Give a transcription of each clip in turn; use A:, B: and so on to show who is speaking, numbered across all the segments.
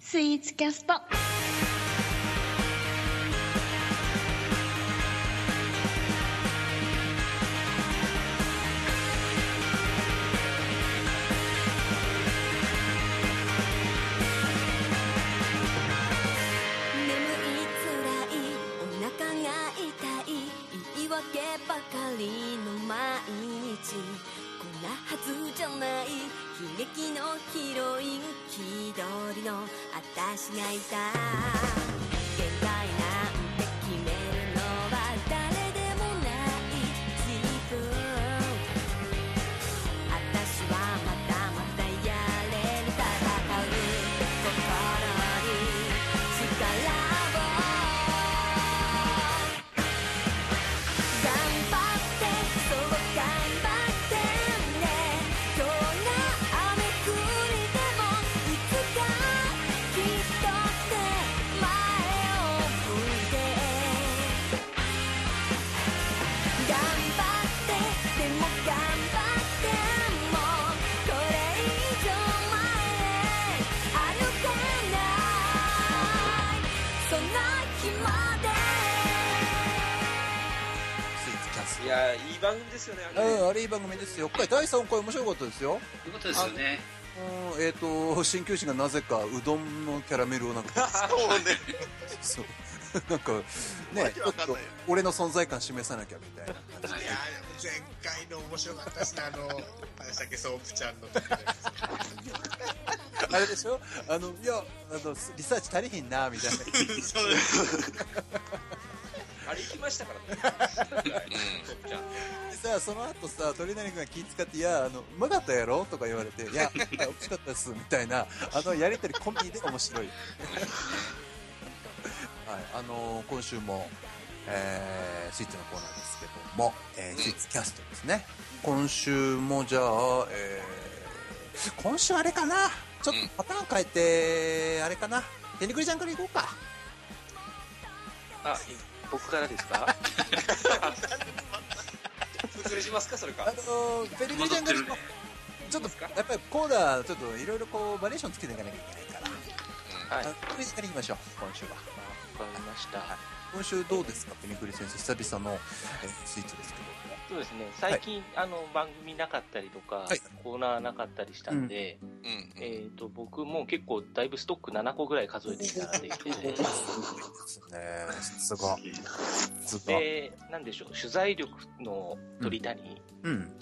A: スイーツキャスト
B: 眠いつらいお腹が痛い言い訳ばかりの毎日こんなはずじゃない悲劇のヒロイン気取りの私がいた限界なんて決めるのは誰でもない自分「私はまたまたやれる」「戦う心の中で」「力を」「頑張ってそう頑張ってね」「どんな雨降りでもいつかきっとね前を向いて」「頑張ってでも頑張ってもこれ以上は前へ歩かない」「その日まで」
C: スイーツキャス
D: いやいい番組ですよねあ
C: ト
D: れ、
C: うんあれいい番組ですよ今回第3回面白かったですよ
E: ということですよね。
C: うんえっ、と鍼灸師がなぜかうどんのキャラメルをなんか
F: そうね
C: そうなんか
F: わ
C: ね
F: け
C: ちょ
F: わ
C: っ
F: かんな
C: と
F: い
C: 俺の存在感示さなきゃみたいな感じ
F: いや前回の面白かったしねあのあれでしたっけソープちゃんの時のやつ
C: あれでしょあのいやあのリサーチ足りひんなみたいな
F: そうです
D: あれ行きましたからねはいトップちゃん
C: でさその後さ鳥谷君が気使って「いやあのうまかったやろ?」とか言われて「いや美味しかったです」みたいなあのやり取り込みで面白い、はい、あのー今週も、えー、スイーツのコーナーですけども、えー、スイーツキャストですね今週もじゃあ、えー、今週あれかなちょっとパターン変えてあれかな手にくりちゃんからいこうか
D: あ僕からですか失礼しますかそれ
C: あ
D: か
C: のー、ペリグリちゃんからいこうちょっとやっぱりコーナーちょっといろいろこうバリエーションつけていかなきゃいけないから
D: はい
C: あこれからいきましょう今週は
G: わかりました。
C: 今週どうですかペニクリ先生久々のえースイーツですけど
G: そうですね、最近、あの、番組なかったりとか、
C: はい
G: コーナーなかったりしたんで、えっ、と、僕も結構だいぶストック7個ぐらい数えてきたらでき てて、
C: ですねさすがさすが
G: で、なんでしょう、取材力の鳥谷
C: うん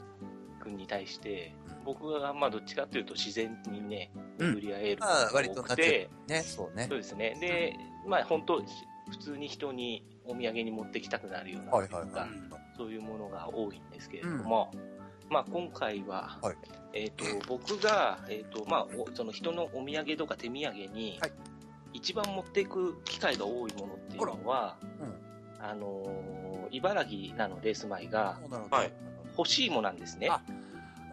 G: 君に対して、
C: うん
G: 僕はまあどっちかというと自然にね、
C: うん
G: 巡り合える
C: まあ
G: こと
C: 割
G: が
C: と
G: 多
C: ナ
G: く
C: チュ
G: て、
C: ラルねそうね
G: そうですね、で、まあ本当、普通に人にお土産に持ってきたくなるような、
C: はいはいは
G: そういうものが多いんですけれども、まあ、今回は、
C: はい
G: えっと僕が、えっとまあ、おその人のお土産とか手土産に、
C: はい
G: 一番持っていく機会が多いものっていうのは、あのー茨城なので住まいが
C: いなるほど
D: はい
G: 欲しいもなんですね。
C: あ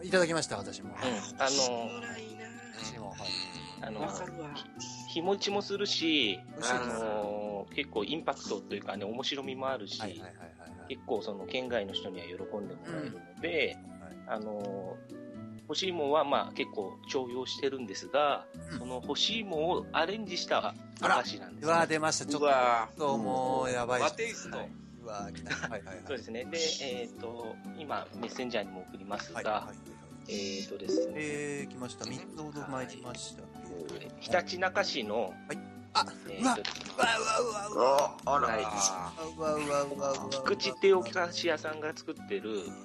C: いただきました私も
G: うん、あのー
C: 私もはい
G: あのーひ日持ちもするし、
C: 美味しい
G: あ
C: です
G: のー結構インパクトというかね面白みもあるし、
C: はいはいはいはいはい
G: 結構その県外の人には喜んでもらえるので、あの欲しいもんはまあ結構重用してるんですが、
C: うん
G: その欲しいもんをアレンジしたお
C: あら
G: 菓子なんで
C: う
G: す、ね
C: わー出ましたちょ
D: うわ
C: っともうやばい
D: マテイスト
G: はいう
C: わー来たはいはいはい
G: そうですね。で、えっ、と、今、メッセンジャーにも送りますが、
C: はいはいはいはい
G: えっ、とですね、
C: えー来ました三つほど前来ました
G: えーひたちなか市の、
C: はいあ
G: え
C: うわ
G: ーと
C: うわうわうわうわ
D: あら、
C: うわうわうわうわ
G: 菊池っていうお菓子屋さんが作ってる、
D: うん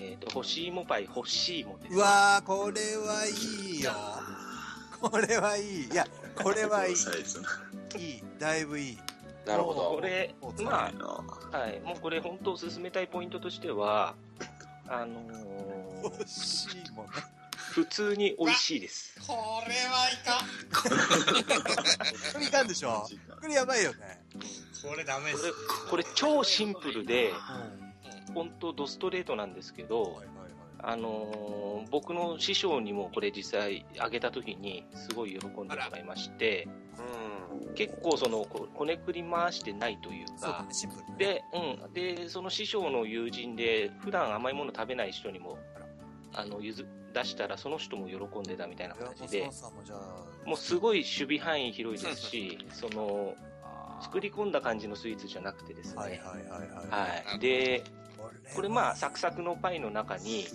G: えっ、と、干し芋パイ、干し芋です。
C: うわーこれはいいよこれはいいいやこれはいいいいだいぶいい
D: なるほ
G: こ
D: ど
G: れ
C: もう、使え
G: まあ、はい、もうこれ本当進めたいポイントとしては、あのー
C: 欲しいもんね
G: 普通に美味しいです。
F: これはいかん
C: これいかんでしょこれやばいよね
F: これダメで
G: こ
F: す
G: れこれ超シンプルで、
C: うんはい
G: 本当ドストレートなんですけど
C: はい、はい
G: あのー僕の師匠にもこれ実際あげた時にすごい喜んでもらいまし
D: う
G: て、
D: ん
G: 結構その、ここねくり回してないという
C: そうだ
G: か
C: ね、シンプルね
G: で、うん、で、その師匠の友人で、普段甘いもの食べない人にも、あの、譲出したらその人も喜んでたみたいな
C: エアコ
G: 形
C: ンスポ
G: で
C: ン、サーもじゃあ、
G: もうすごい守備範囲広いですし、その、作り込んだ感じのスイーツじゃなくてですね。
C: は
G: はいい
C: はいはいはい。
G: で、
C: い
G: これまあ、サクサクのパイの中に、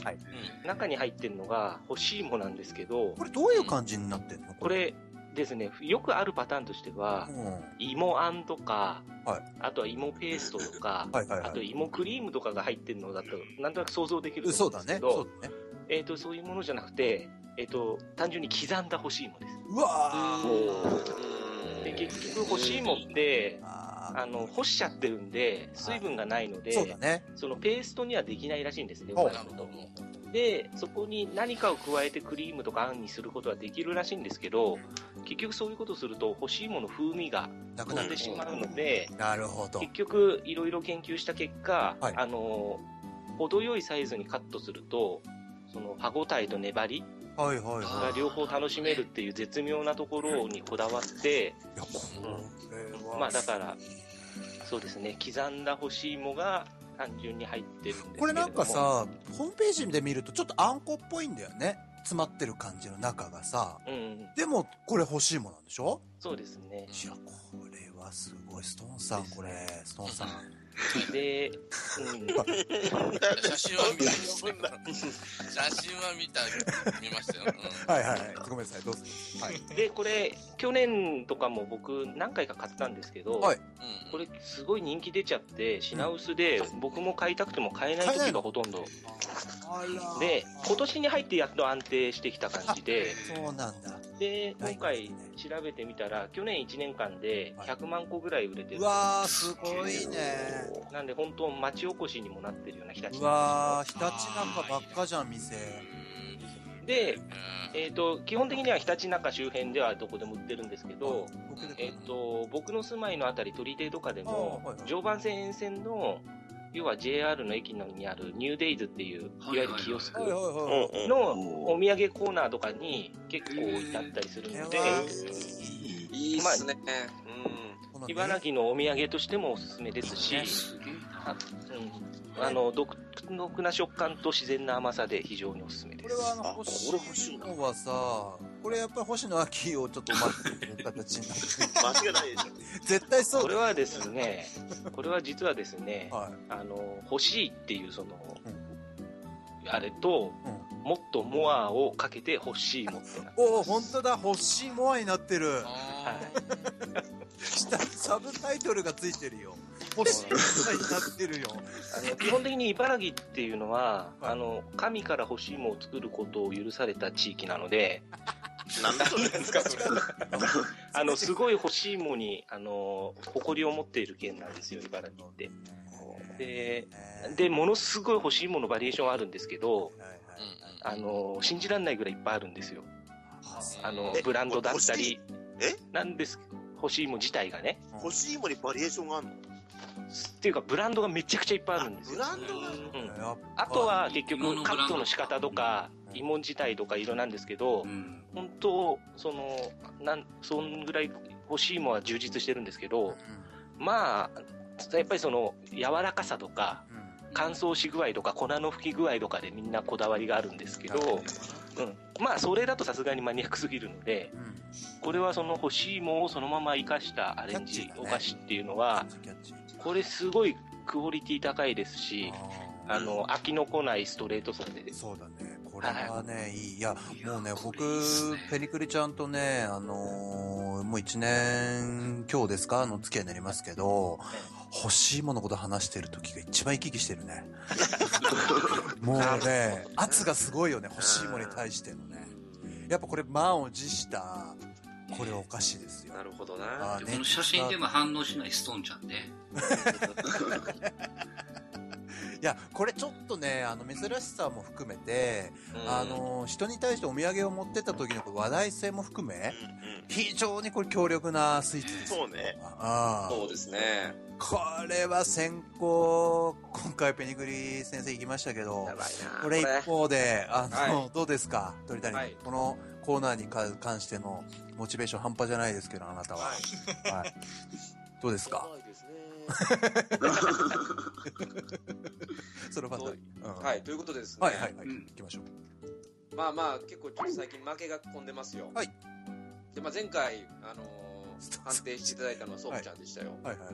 D: うん
G: 中に入ってるのが干し芋なんですけど
C: こ、れどういう感じになってんの
G: こ、れですね、よくあるパターンとしては
C: う、ん。は
G: 芋あんとか、
C: はい
G: あとは芋ペーストとか、
C: いはい
G: あと
C: は
G: 芋クリームとかが入ってるのだと、なんとなく想像できる
C: い。
G: と
C: そう
G: 思
C: だ
G: うん
C: ね
G: ですけ。ど、
C: そうだね。
G: えー、とそういうものじゃなくて、えー、と単純に刻んだ干し芋です。
C: うわー
G: で結局干し芋って
C: あー
G: あの干しちゃってるんで水分がないので、
C: そうだね。
G: そのペーストにはできないらしいんですね、
C: ほう
G: うまいこともでそこに何かを加えてクリームとかあんにすることはできるらしいんですけど結局そういうことすると干し芋の風味が
C: なく
G: 飛
C: なんる
G: で。しまうので
C: なるほど。
G: 結局いろいろ研究した結果、
C: はい
G: あの程よいサイズにカットするとその歯ごたえと粘り
C: はいはいはい。
G: が両方楽しめるっていう絶妙なところにこだわって、
C: いや、これは。
G: まあだから、そうですね、刻んだ干し芋が単純に入ってるんですけれども。
C: これなんか、さ、ホームページで見るとちょっとあんこっぽいんだよね。詰まってる感じの中がさ。
G: うんうん、
C: でも、これ欲しいものなんでしょ
G: そうですね。
C: いや、これはすごい。ストーンさん、これ。ストーンさん。
G: で、
A: 写真は見た写真は見た見ましたよ、うん
C: はいはいはい。ごめんなさい、どうぞ。はい。
G: うん、で、これ、去年とかも僕何回か買ったんですけど、
C: はい
A: うん
G: これすごい人気出ちゃって、品薄で、僕も買いたくても買えない時がほとんど。で、今年に入ってやっと安定してきた感じで、
C: そうなんだ。
G: で、今
C: はい
G: 回調べてみたら、去年1年間で
C: はい
G: 100万個ぐらい売れてる。
C: うわー、すごいね。
G: なんで本当町おこしにもなってるような日立
C: うわー、ひたちなかばっかじゃん、店。
G: で、えっ、と、基本的にはひたちなか周辺ではどこでも売ってるんですけど、
C: 僕で
G: えっ、と、僕の住まいのあたり鳥出とかで
C: あーは
G: も
C: いは、い
G: 常磐線沿線の、要は JR の駅のにあるニューデイズっていう、いわゆるキオスク
C: はいはい
G: の
C: はい。
G: お土産コーナーとかに結構置いてあったりする
C: こ
G: ので
C: れ、はい
D: いっすね。うん。
C: このね
G: 茨城のお土産としてもおすすめですし、うんあの独特な食感と自然な甘さで非常におすすめ
C: こ
G: で
C: れ
G: す。
C: はあの、星野はさ、これやっぱり星野秋をちょっとマッチる形にな って
E: 間違いないでし
C: る。絶対そう
G: こ
C: だ
G: れ
C: よ。
G: はですね、これは実はですね、
C: はい。
G: あの欲しいっていうその、
C: う
G: あれと、
C: う
G: もっとモアをかけて欲しいもってなって
C: おお、ほんとだ、星モアになってる。
G: は
A: あ
G: い
C: 下にサブタイトルがついてるよ。星モアになってるよ。
G: あの基本的に茨城っていうのは、
C: はい
G: あの神から欲しいものを作ることを許された地域なので
E: ょ。なんだそれ。
G: あのすごい欲しいものにあの誇りを持っている県なんですよ茨城ってででものすごい欲しいものバリエーションあるんですけど
C: はいはい
A: ーうん
G: あの信じられないぐらいいっぱいあるんですよ
A: うん
G: あの
E: え
G: ブランドだったり
E: え
G: なんです欲しいもの自体がね
E: 欲しいものにバリエーションがあるの
G: っていうかブランドがめちゃくちゃいっぱいあるんです
E: ブ
G: よ。
E: ランドが
G: うん
C: やっぱ
G: あと、は結
A: 芋
G: 局
A: のブ
G: カ
A: ランド
G: ットの仕方とか
C: うん
G: 芋自体とか色なんですけど、
A: うん
G: 本当そのなんそんぐらい欲しいものは充実してるんですけ
C: うん
G: ど、まあやっぱりその柔らかさとか
C: うん
G: 乾燥し具合とか粉の吹き具合とかでみんなこだわりがあるんですけ
C: なるほ
G: ど、うん、まあそれだとさすがにマニアックすぎるので
C: うん
G: これはその欲しいものをそのまま生かしたアレンジお菓子っていうのは、
C: キャッチキャッチ
G: これすごいクオリティ高いですし。
C: あー
G: あの、飽きのこないストレートさで。
C: そうだね。これはね、いい。いや、もうね、僕、ペリクリちゃんとね、あのーもう一年今日ですかの付き合いになりますけど、欲しいものこと話してる時が一番生き生きしてる ね。もうね、圧がすごいよね、欲しいものに対してのね。やっぱこれ、満を持した、これお菓子ですよ。
H: なるほどな。
C: あー
A: で
C: ね
A: この写真でも反応しないストーンちゃんね
C: いや、これちょっとね、あの、珍しさも含めて、あの、人に対してお土産を持ってった時のこう話題性も含め、非常にこれ強力なスイーツです。
E: そうね。
C: ああ
H: そうですね。
C: これは先行、今回ペニグリ先生行きましたけど
H: や、ばいな。
C: これ一方で、あの、
D: は
C: どうですか鳥谷、
D: はい
C: このコーナーにか関してのモチベーション半端じゃないですけど、あなたは。
D: は
C: はい。どうですかそれはまた、うん
D: はい、ということでですね、
C: はいはいはい。
A: うん
C: 行きましょう。
D: まあまあ、結構ちょっと最近負けが込んでますよ。
C: はい。
D: で、まあ前回、あの ー判定していただいたのはソ
C: は
D: ー
C: い
D: プちゃんでしたよ。
C: はいはいはいはい。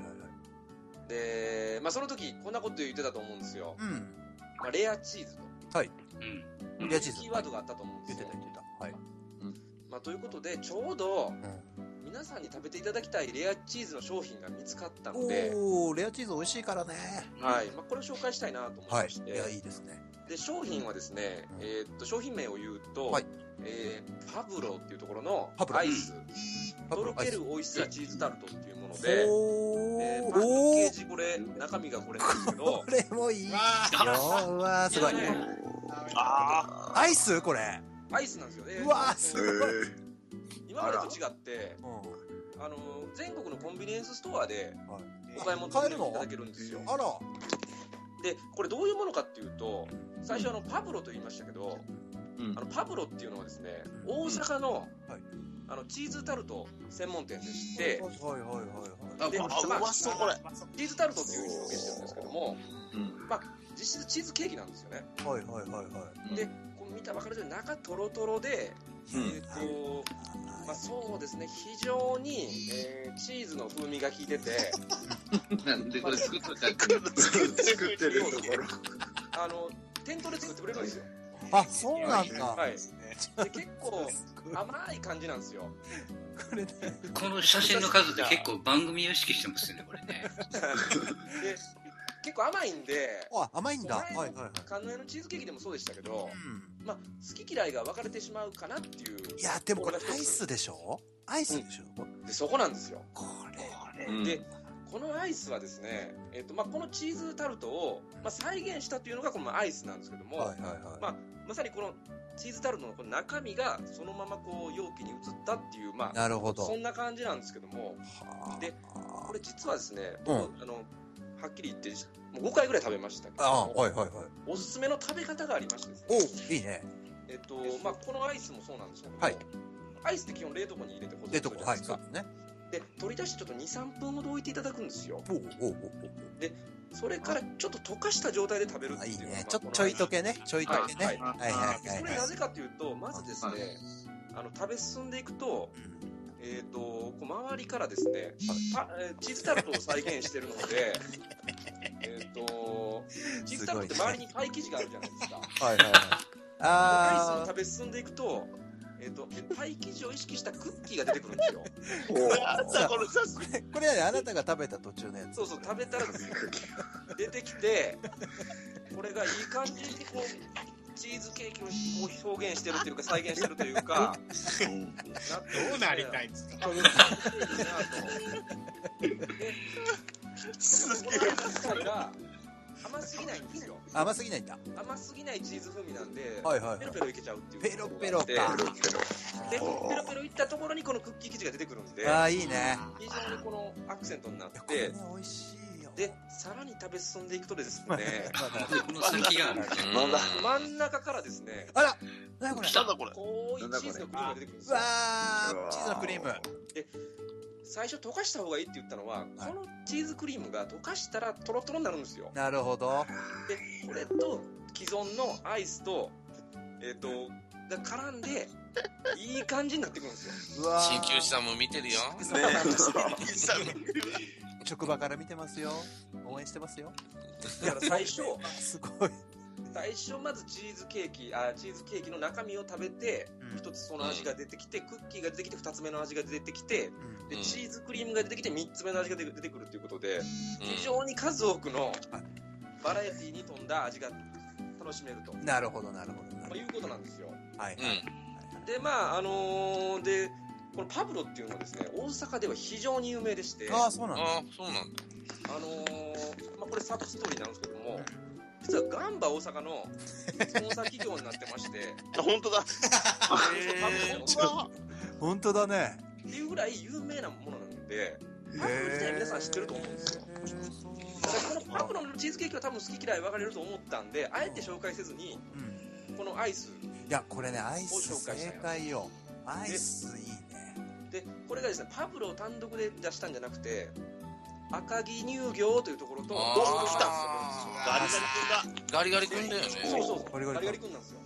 D: で、まあその時、こんなこと言ってたと思うんですよ。
C: うん。
D: まあ、レアチーズと。
G: うん。
C: レアチーズ。
D: キーワードがあったと思うんで
C: 言って
D: すよ
C: た。言ってた。はい。
D: まあということで、ちょうど、
C: う
D: 皆さんに食べていただきたいレアチーズの商品が見つかったので、
C: おー、レアチーズ美味しいからね。
D: はい。まあこれを紹介したいなと思い
C: は
D: ま
C: い。
D: し
C: い
D: て。
C: や、いいですね。
D: で、商品はですね
C: う、ん
D: えーっと、商品名を言うと、
C: はい
D: えーパブロっていうところの
C: パブロ
D: アイス、
C: パ
D: と
C: ブ
D: ろ
C: ロアイ
D: け
C: ス
D: るオイスターチーズタルトっていうもので、
C: お
D: で
C: ー、
D: パッケ
C: お
D: ージこれ、中身がこれなんですけど
C: こ、れもいいよ。
F: わ
C: うわー、すごい
D: い。やね
E: あ
C: アイスこれ。
D: アイスなんですよね。
C: うわー、す
E: ー
C: ごい。
E: え
D: 今までと違って、
C: う
D: あのー、全国のコンビニエンスストアで
C: はい、
D: お買い物
C: 買え
D: さ
C: る
D: せ
C: の
D: ていただけるんですよ。
C: んあら。
D: で、これどういうものかっていうと、最初あの、パブロと言いましたけど、
E: うん
D: あの、パブロっていうのはですね、大阪の
C: はい、
D: あの、チーズタルト専門店でして、
C: はいはいはいはい
E: あ
C: は
D: で
E: うまそうこれ
D: チーズタルトっていう表現してるんですけども、
E: うん
D: まあ、実質チーズケーキなんですよね。
C: い。はいはいはいはい。
E: うん
D: で、この見たばかりで中トロトロで、
E: うん
D: えっ、と、まあ、そうですね、非常に、えーチーズの風味が効い てて、
H: なんでこれ作っといたって
E: 作ってるところ
D: あの、店頭で作ってくれるんですよ。
C: あ、そうなんだ。
D: はい。で、結構甘い感じなんですよ。
C: これね。
H: この写真の数で結構番組を意識してますよね、これね。
D: で、結構甘いんで、
C: あ、甘いんだ。は
D: はいい
C: はいはい。
D: 関連のチーズケーキでもそうでしたけど、
C: う。
D: まあ、好き嫌いが分かれてしまうかなっていうん
C: い。や、でもこれ
D: これが
C: アイ
D: 一つ
C: スでしょアイスでしょ
D: で、そこなんですよ。
C: これ。
E: うん
D: でこのアイスはですね、えっとまあ、このチーズタルトを、まあ、再現したというのがこのアイスなんですけども、
C: はいはいはい。
D: まあ、まさにこのチーズタルトのこの中身がそのままこう容器に移ったっていう、まあ、
C: なるほど。
D: そんな感じなんですけども
C: はあ
D: でこれ実はですね、
C: うん
D: 僕あのはっきり言ってもう5回ぐらい食べましたけど
C: あ、はいはいはい。
D: おすすめの食べ方がありましてですね
C: おいいね。
D: えっとまあ、このアイスもそうなんですけども、
C: はい
D: アイスって基本冷凍庫に入れて保存す
C: で
D: る
C: と
D: じ
C: こ、
D: ゃない
C: はい、
D: です
C: そ
D: か、
C: うですね。
D: で取り出してちょっと23分ほど置いていただくんですよ
C: おうおうおう
D: それからちょっと溶かした状態で食べる
C: おう
D: っ
C: あ、
D: て
C: い
D: い
C: いう
D: のが
C: ね。
D: まあ
C: ちょ、ちょいとけね。ちょいとけね。は
D: はいい
C: はいはい
D: こ
C: は
D: れ
C: い
D: な。ぜかというとまずですねあの食べ進んでいくと,、えー、とこう周りからですねパえーチーズタルトを再現してるので えーとチーズタルトって周りにパイ生地があるじゃないですか
C: はいはいはい。
D: アイスの
C: あ
D: 食べ進んでいくと,、えー、とパイ生地を意識したクッキーが出てくるんですよ
E: なんだこのさす
C: ー、これあなたが食べた途中のやつ。
D: そうそう食べたらですね出てきてこれがいい感じにこうチーズケーキをこう表現してるというか再現してるというかなって
F: どうなりたいんですか
D: あ難しいな
E: すげえ
D: とこの味が甘すぎないんですよ
C: 甘すぎないんだ。
D: 甘すぎないチーズ風味なんで、
C: はいはいはい
D: ペロペロいけちゃうっていう
C: ペロペロか
D: ででペロペロいったところにこのクッキー生地が出てくるんで
C: ああ、いいね。
D: 非常にこのアクセントになっ
C: いやこれ
D: て
C: ね、美味しいよ。
D: でさらに食べ進んでいくとです
C: ま
D: ね
C: だ、
H: この先がある。
E: なんだ
D: 真ん中からですね
C: あら、なにこれ。
E: 来たんだこれ
D: こういうチーズのクリームが出てくるんです
C: う
D: よ
C: わー、チーズのクリーム。
D: 最初溶かした方がいいって言ったのはこのチーズクリームが溶かしたらトロトロになるんですよ
C: なるほど。
D: でこれと既存のアイスとえっ、とが絡んでいい感じになってくるんですよ
C: うわー
A: 鍼灸師さんも見てるよ。
E: ねえ久々に
C: 職場から見てますよ。応援してますよ。
D: だから最初
C: すごい。
D: 最初まずチーズケーキあチーズケーキの中身を食べて
C: うん
D: 一つその味が出てきてクッキーが出てきて二つ目の味が出てきて
C: うん
D: で
A: うん
D: チーズクリームが出てきて三つ目の味が出てくるということで
A: うん
D: 非常に数多くのバラエティに富んだ味が楽しめると、ま
C: なるほど、なるほど。なる
D: あ、
C: ほ
D: いうことなんですよ
C: どはい。
A: うん。
D: でまああのーでこのパブロっていうのはですね大阪では非常に有名でして
C: ああ、そうなんだ。
A: ああ、そうなんだ。
D: あのーまあ、これサブストーリーなんですけども実はガンバ大阪のスポンサー企業になってまして
E: 本当だ
D: パブロ
E: うわ
C: 本当だね。
D: っていうぐらい有名なものなんでパブロ自体皆さん知ってると思うんですよ
C: へーそう
D: だからこのパブ
C: なんだ
D: ロのチーズケーキは多分好き嫌い分かれると思ったんであえて紹介せずに
C: うん
D: このアイス
C: いや、これね、アイス
D: を紹介したい
C: 正解よ。アイスいいね。
D: でこれがですねパブロを単独で出したんじゃなくて赤城乳業というところと
A: あ
E: ー
D: 来たん
E: ガリガリ君だ
A: ガリガリ君だよ
D: ですよ
A: ね。
D: そうそうそう
C: ガリガリ
D: ガリガリ君なんですよ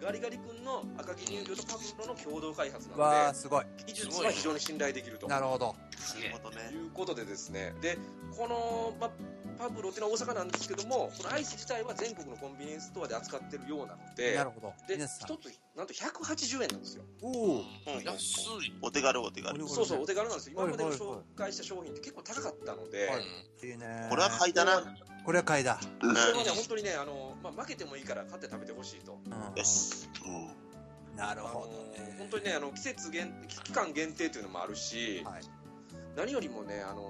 D: ガガリガリ君の赤木乳業とパブロの共同開発な
C: わあ
D: の
C: すごい
D: で、技術は非常に信頼できると。
C: なるほど
H: すげえ。
E: とね。
D: いうことでですね、で、この、ま、パブロっていうのは大阪なんですけども、このアイス自体は全国のコンビニエンスストアで扱ってるようなので、
C: なるほど
D: で、
C: 皆
D: 一つ
C: さん、
D: なんと180円なんですよ。
C: おお
E: うん
A: 安い。
E: お手軽お手軽。
D: そうそう、お手軽なんですよ。今までの
C: はいはいはい
D: 紹介した商品って結構高かったので、
C: は
A: うん
C: いいね
E: これは買いだな。
C: これは買いだ
E: うん
D: それはね、本当にね、あの、まあ、負けてもいいから買って食べてほしいと。
C: うん
E: よし。うん
C: なる
D: あの
C: ほどね
D: 本当にね、あの、季節限、期間限定というのもあるし、
C: はい
D: 何よりもね、あの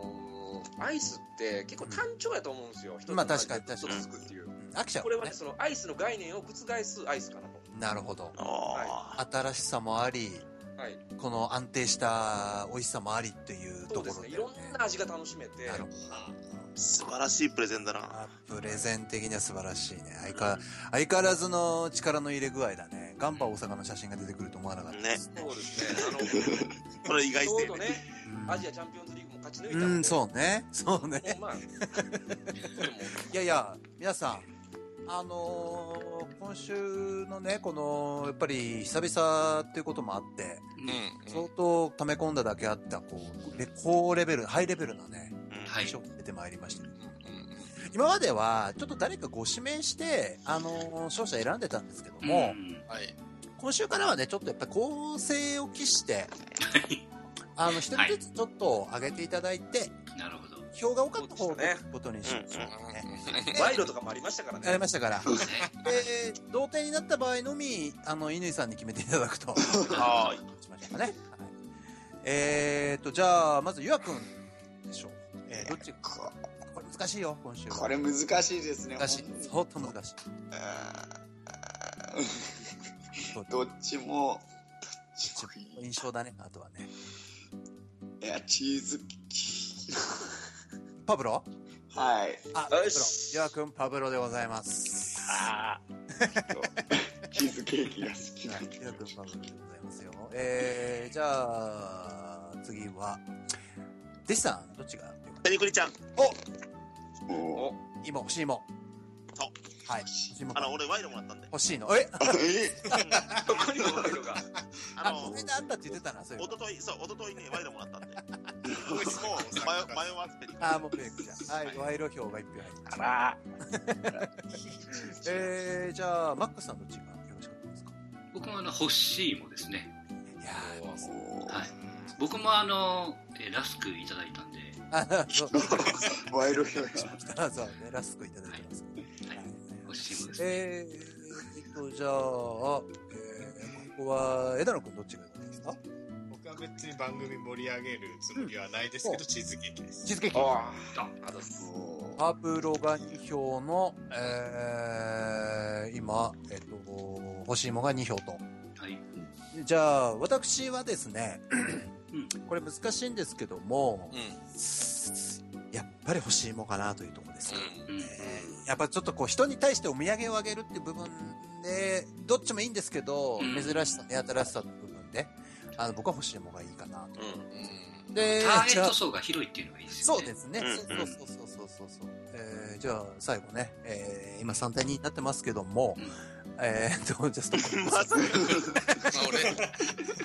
D: ーアイスって結構単調やと思うんですよ。一つの
C: まあ確かに
D: 味がずっと
E: 確かに
D: 続くっていう。
C: うん飽きちゃう
D: これは
C: ね
D: ね、そのアイスの概念を覆すアイスかなと。
C: なるほど
E: あ
C: 新しさもあり
D: はい。
C: この安定した美味しさもありっていうと
D: そ
C: こ
D: うで
C: ろ
D: すね。
C: で
D: いろんな味が楽しめて、
C: なるほど
E: ー素晴らしいプレゼンだな。
C: あプレゼン的には素晴らしいね相変わ相変わらずの力の入れ具合だねガンバ大阪の写真が出てくると思わなかったです
D: そ うですね。
E: これ意
D: あの、
E: 外
D: ちょう
E: 性
D: ど
E: ね。
D: ね、
C: うん
D: アジアチャンピオンズリーグも勝ち抜いた
C: う
D: ので
C: んそうねそうね
D: もうまあ、これも
C: いやいや、皆さん、あのー今週のね、この、やっぱり久々っていうこともあって、
A: うん。うん
C: 相当溜め込んだだけあった、こう、レ高レベル、ハイレベルなね、
E: うん
H: はい。
C: 賞が出てまいりました。
A: うん
C: 今までは、ちょっと誰かご指名して、あのー勝者選んでたんですけども、
H: うん
A: はい。
C: 今週からはね、ちょっとやっぱり構成を期して、あの、一人ずつちょっと上げていただいて、
H: なるほど。
C: 票が多かった方
D: そう
C: が
D: でした
C: ことにしましょうね。
D: 賄賂とかもありましたから
C: やり
D: ね。
C: ましたから。
H: そうですね。
C: で、同点になった場合のみ、あの、乾さんに決めていただくと。
E: は
C: しましょうかね。はい、えーと、じゃあ、まず、ゆあくんでしょう。えーどっちこれ難しいよ、今週は。
F: これ難しいですね。
C: 難しい
F: ほん。
C: 相当難しい。そう
F: どっちも、どっちもいい
C: 印象だね、あとはね。
F: いや、チーズケ
C: パブロ
F: ーキ。はい。
C: あ、パブロ。ゆあくん、パブロでございます。
G: ああ、
F: チーズケーキが好きなんで
C: ゆあくん、パブロでございますよ。えー、じゃあ、次は、弟子さん、どっちがよかった
E: ペニクリちゃん。
F: も
C: 芋、欲しい芋。
E: そ
C: はい、欲しい芋
E: あ。の、俺ワイルもらったんで。
C: 欲しいの。 え、
F: う。え
D: どこにも賄賂が。
E: あ
C: あ、
E: の
C: こ、れであったって言ってたな、そういう
E: お
C: の。
E: ととい、そう、おとといね、ワイルもらったんで。もう、迷迷わずペニクリ。
C: あー、もうペイクじゃん。はい、賄賂票が一票入って。
G: あら。
C: えー、じゃあ、マックスさんどっちがよろしかったですか
H: 僕もあの、欲しいもですね。
C: いや
H: はい。僕もあの、えラスクいただいたんで、
C: ー、あそう、
F: ワイルド
C: そうね、ラスクいただいてます、
H: はい
C: はい
H: 欲しいもですね。
C: えー、えっと、じゃあ、えー、ここは、枝野くんどっちがよかったですか
F: 僕は別に番組盛り上げるつもりはないですけど、チーズケーキです。
C: チーズケーキ。
D: あ
F: あとそう
C: パブロが2票の、えー、今、えっと、欲しいもが2票と。
H: はい。
C: じゃあ、私はですね、
H: うん。
C: これ難しいんですけども、
A: うん。
C: やっぱり欲しいもかなというところです。
H: うん。
C: えーやっぱちょっとこう人に対してお土産をあげるって部分で、どっちもいいんですけど、
H: うん
C: 珍しさ、目新しさの部分で、あの、僕は欲しいものがいいかなと。
D: うん。
A: うん。
C: で、
H: ター
C: じ
H: ゲ
C: ゃ
H: ッ
C: あ
H: ト層が広いっていうのがいいですよ
C: そう
H: ね。
C: ですね。
E: う
C: そ
E: ん
C: うそうそうそうそうそう。えーじゃあ最後ね、えー今3対2になってますけども、
H: うん
C: えーっと、 じゃあストップ
E: まさか。
A: まあ俺。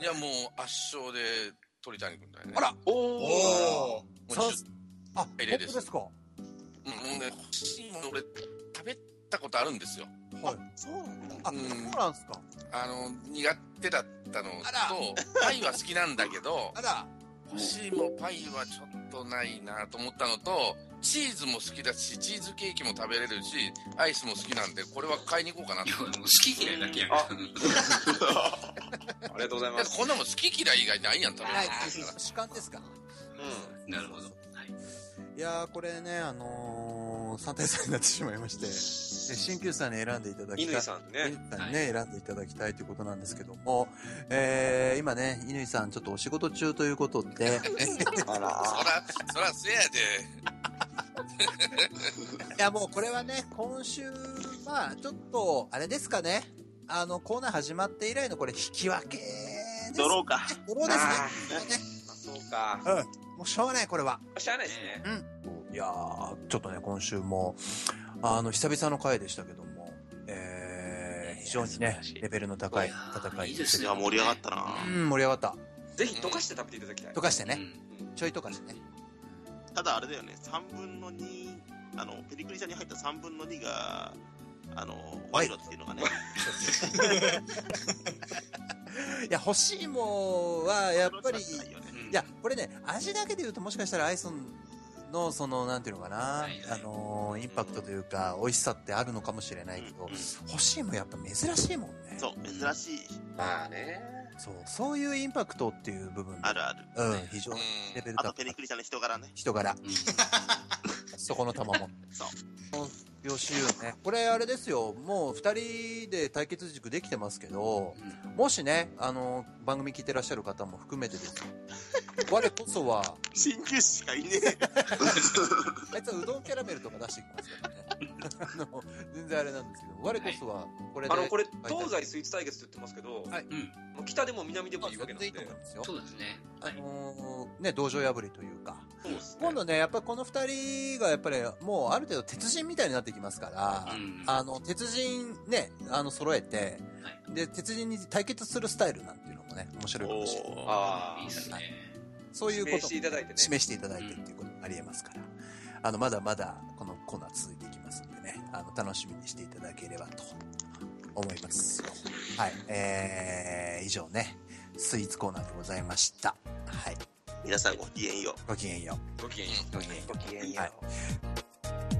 A: いやもう圧勝で鳥谷君だよね。
C: あら
F: おー
A: もうじゅ
C: あ、本
A: 入
C: 当
A: れです
C: ですかは
A: うんもうね、欲しいもの俺食べたことあるんですよ。
C: い。
E: そうなんだ。
C: あ、
A: うん
C: そうなんですか
A: あの、苦手だったの
C: あら
A: と、パイは好きなんだけど、
C: あら、
A: 欲しいもパイはちょっとないなと思ったのと、チーズも好きだし、チーズケーキも食べれるし、アイスも好きなんで、これは買いに行こうかなと
H: い。や、もう好き嫌いだけやん。
D: あ
H: う
D: ありがとうござい
A: だ
D: ま
A: って
D: す。
A: こんなもん好き嫌い以外ないやん、食べ
C: はい
A: 物だから。
C: 主観ですか
D: うん
H: なるほど。はい。
C: いやーこれね、あのー、3対3になってしまいまして、で新旧さんに選んでいただきたい。
D: 乾さんね。
C: 乾さんにね、選んでいただきたいということなんですけども、えー、今ね、乾さんちょっとお仕事中というこ とで、
F: あ
A: そ
F: ら
A: ら、そらせやで。
C: いやもうこれはね、今週はちょっと、あれですかね、あの、コーナー始まって以来のこれ引き分けです。
E: ドローか。
C: ドローですね
D: あまあ、そうか。ま
C: もうしょうがない、これは。
D: あしゃあないですね。
C: いやー、ちょっとね、今週も、あの、久々の回でしたけども、えー、非常にね
G: 素晴らしい
C: レベルの高い
H: いやー
C: 戦い
H: いいです
E: い
H: ね
E: や、盛り上がったな
C: うん盛り上がった
D: ぜひ溶かして食べていただきたい。
C: 溶かして
H: う
C: ね
H: ん
C: ちょい溶かしてね
E: ただあれだよね、3分の2、あの、ペリクリ社に入った3分の2が、あの、賄賂っていうのがね、
C: いや欲しいもんはやっぱり
E: ないよね
H: うん
C: いや、これね、味だけで言うともしかしたらアイソンの、その、なんていうのかな、
H: はいはい
C: あのーインパクトというか、美味しさってあるのかもしれないけど、
E: うん
C: 欲しいもやっぱ珍しいもんね。
E: そう、珍しい、
D: まあね。
C: そう。そういうインパクトっていう部分で
E: あるある。
C: うん、非常
A: うん
C: にレベル
E: あ
C: 高
E: と、
C: い
E: ペ。リクリ社の人柄ね。
C: 人柄、
H: うん
C: そこの玉も。
E: そう。
C: 吉優ね。これあれですよ、もう二人で対決軸できてますけど、
H: うん
C: もしね、あのー番組聞いてらっしゃる方も含めてですよ我こそは、
E: 新旧しかいね え。
C: あいつはうどんキャラメルとか出してきますからね。 あの、全然あれなんですけど、我こそは、これで。
D: あの、これ、東西スイーツ対決って言ってますけど、
C: はい
H: うん
D: もう北でも南でもいいわけ
C: 全
D: な
C: 然い
D: んで。
C: いと思いますよ。
H: そうですね。
C: あ
H: はい。
C: のーね、道場破りというか。
D: そうですね
C: 今度ね、やっぱこの二人が、やっぱり、もうある程度鉄人みたいになってきますから、
H: うん
C: あの、鉄人ね、あの、揃えて、
H: はい
C: で、鉄人に対決するスタイルなんていうのもね、面白いかもしれない。
E: おー
D: あ
H: いい
D: あ
H: で。すね。
C: そういうこ
D: 指名
C: と
D: していただいてね。
C: 示していただいてっていうこともありえますから、あのまだまだこのコーナー続いていきますんでねあの楽しみにしていただければと思いますはいえー、以上ねスイーツコーナーでございましたはい
E: 皆さんごきげんよう。
C: ごきげんよ
D: ごきげんよ
C: う
D: う
C: ごきげんよう
G: ごきげんよ。
C: はいう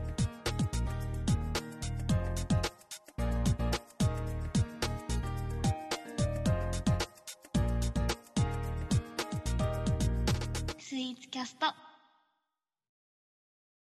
I: スイーツキャスト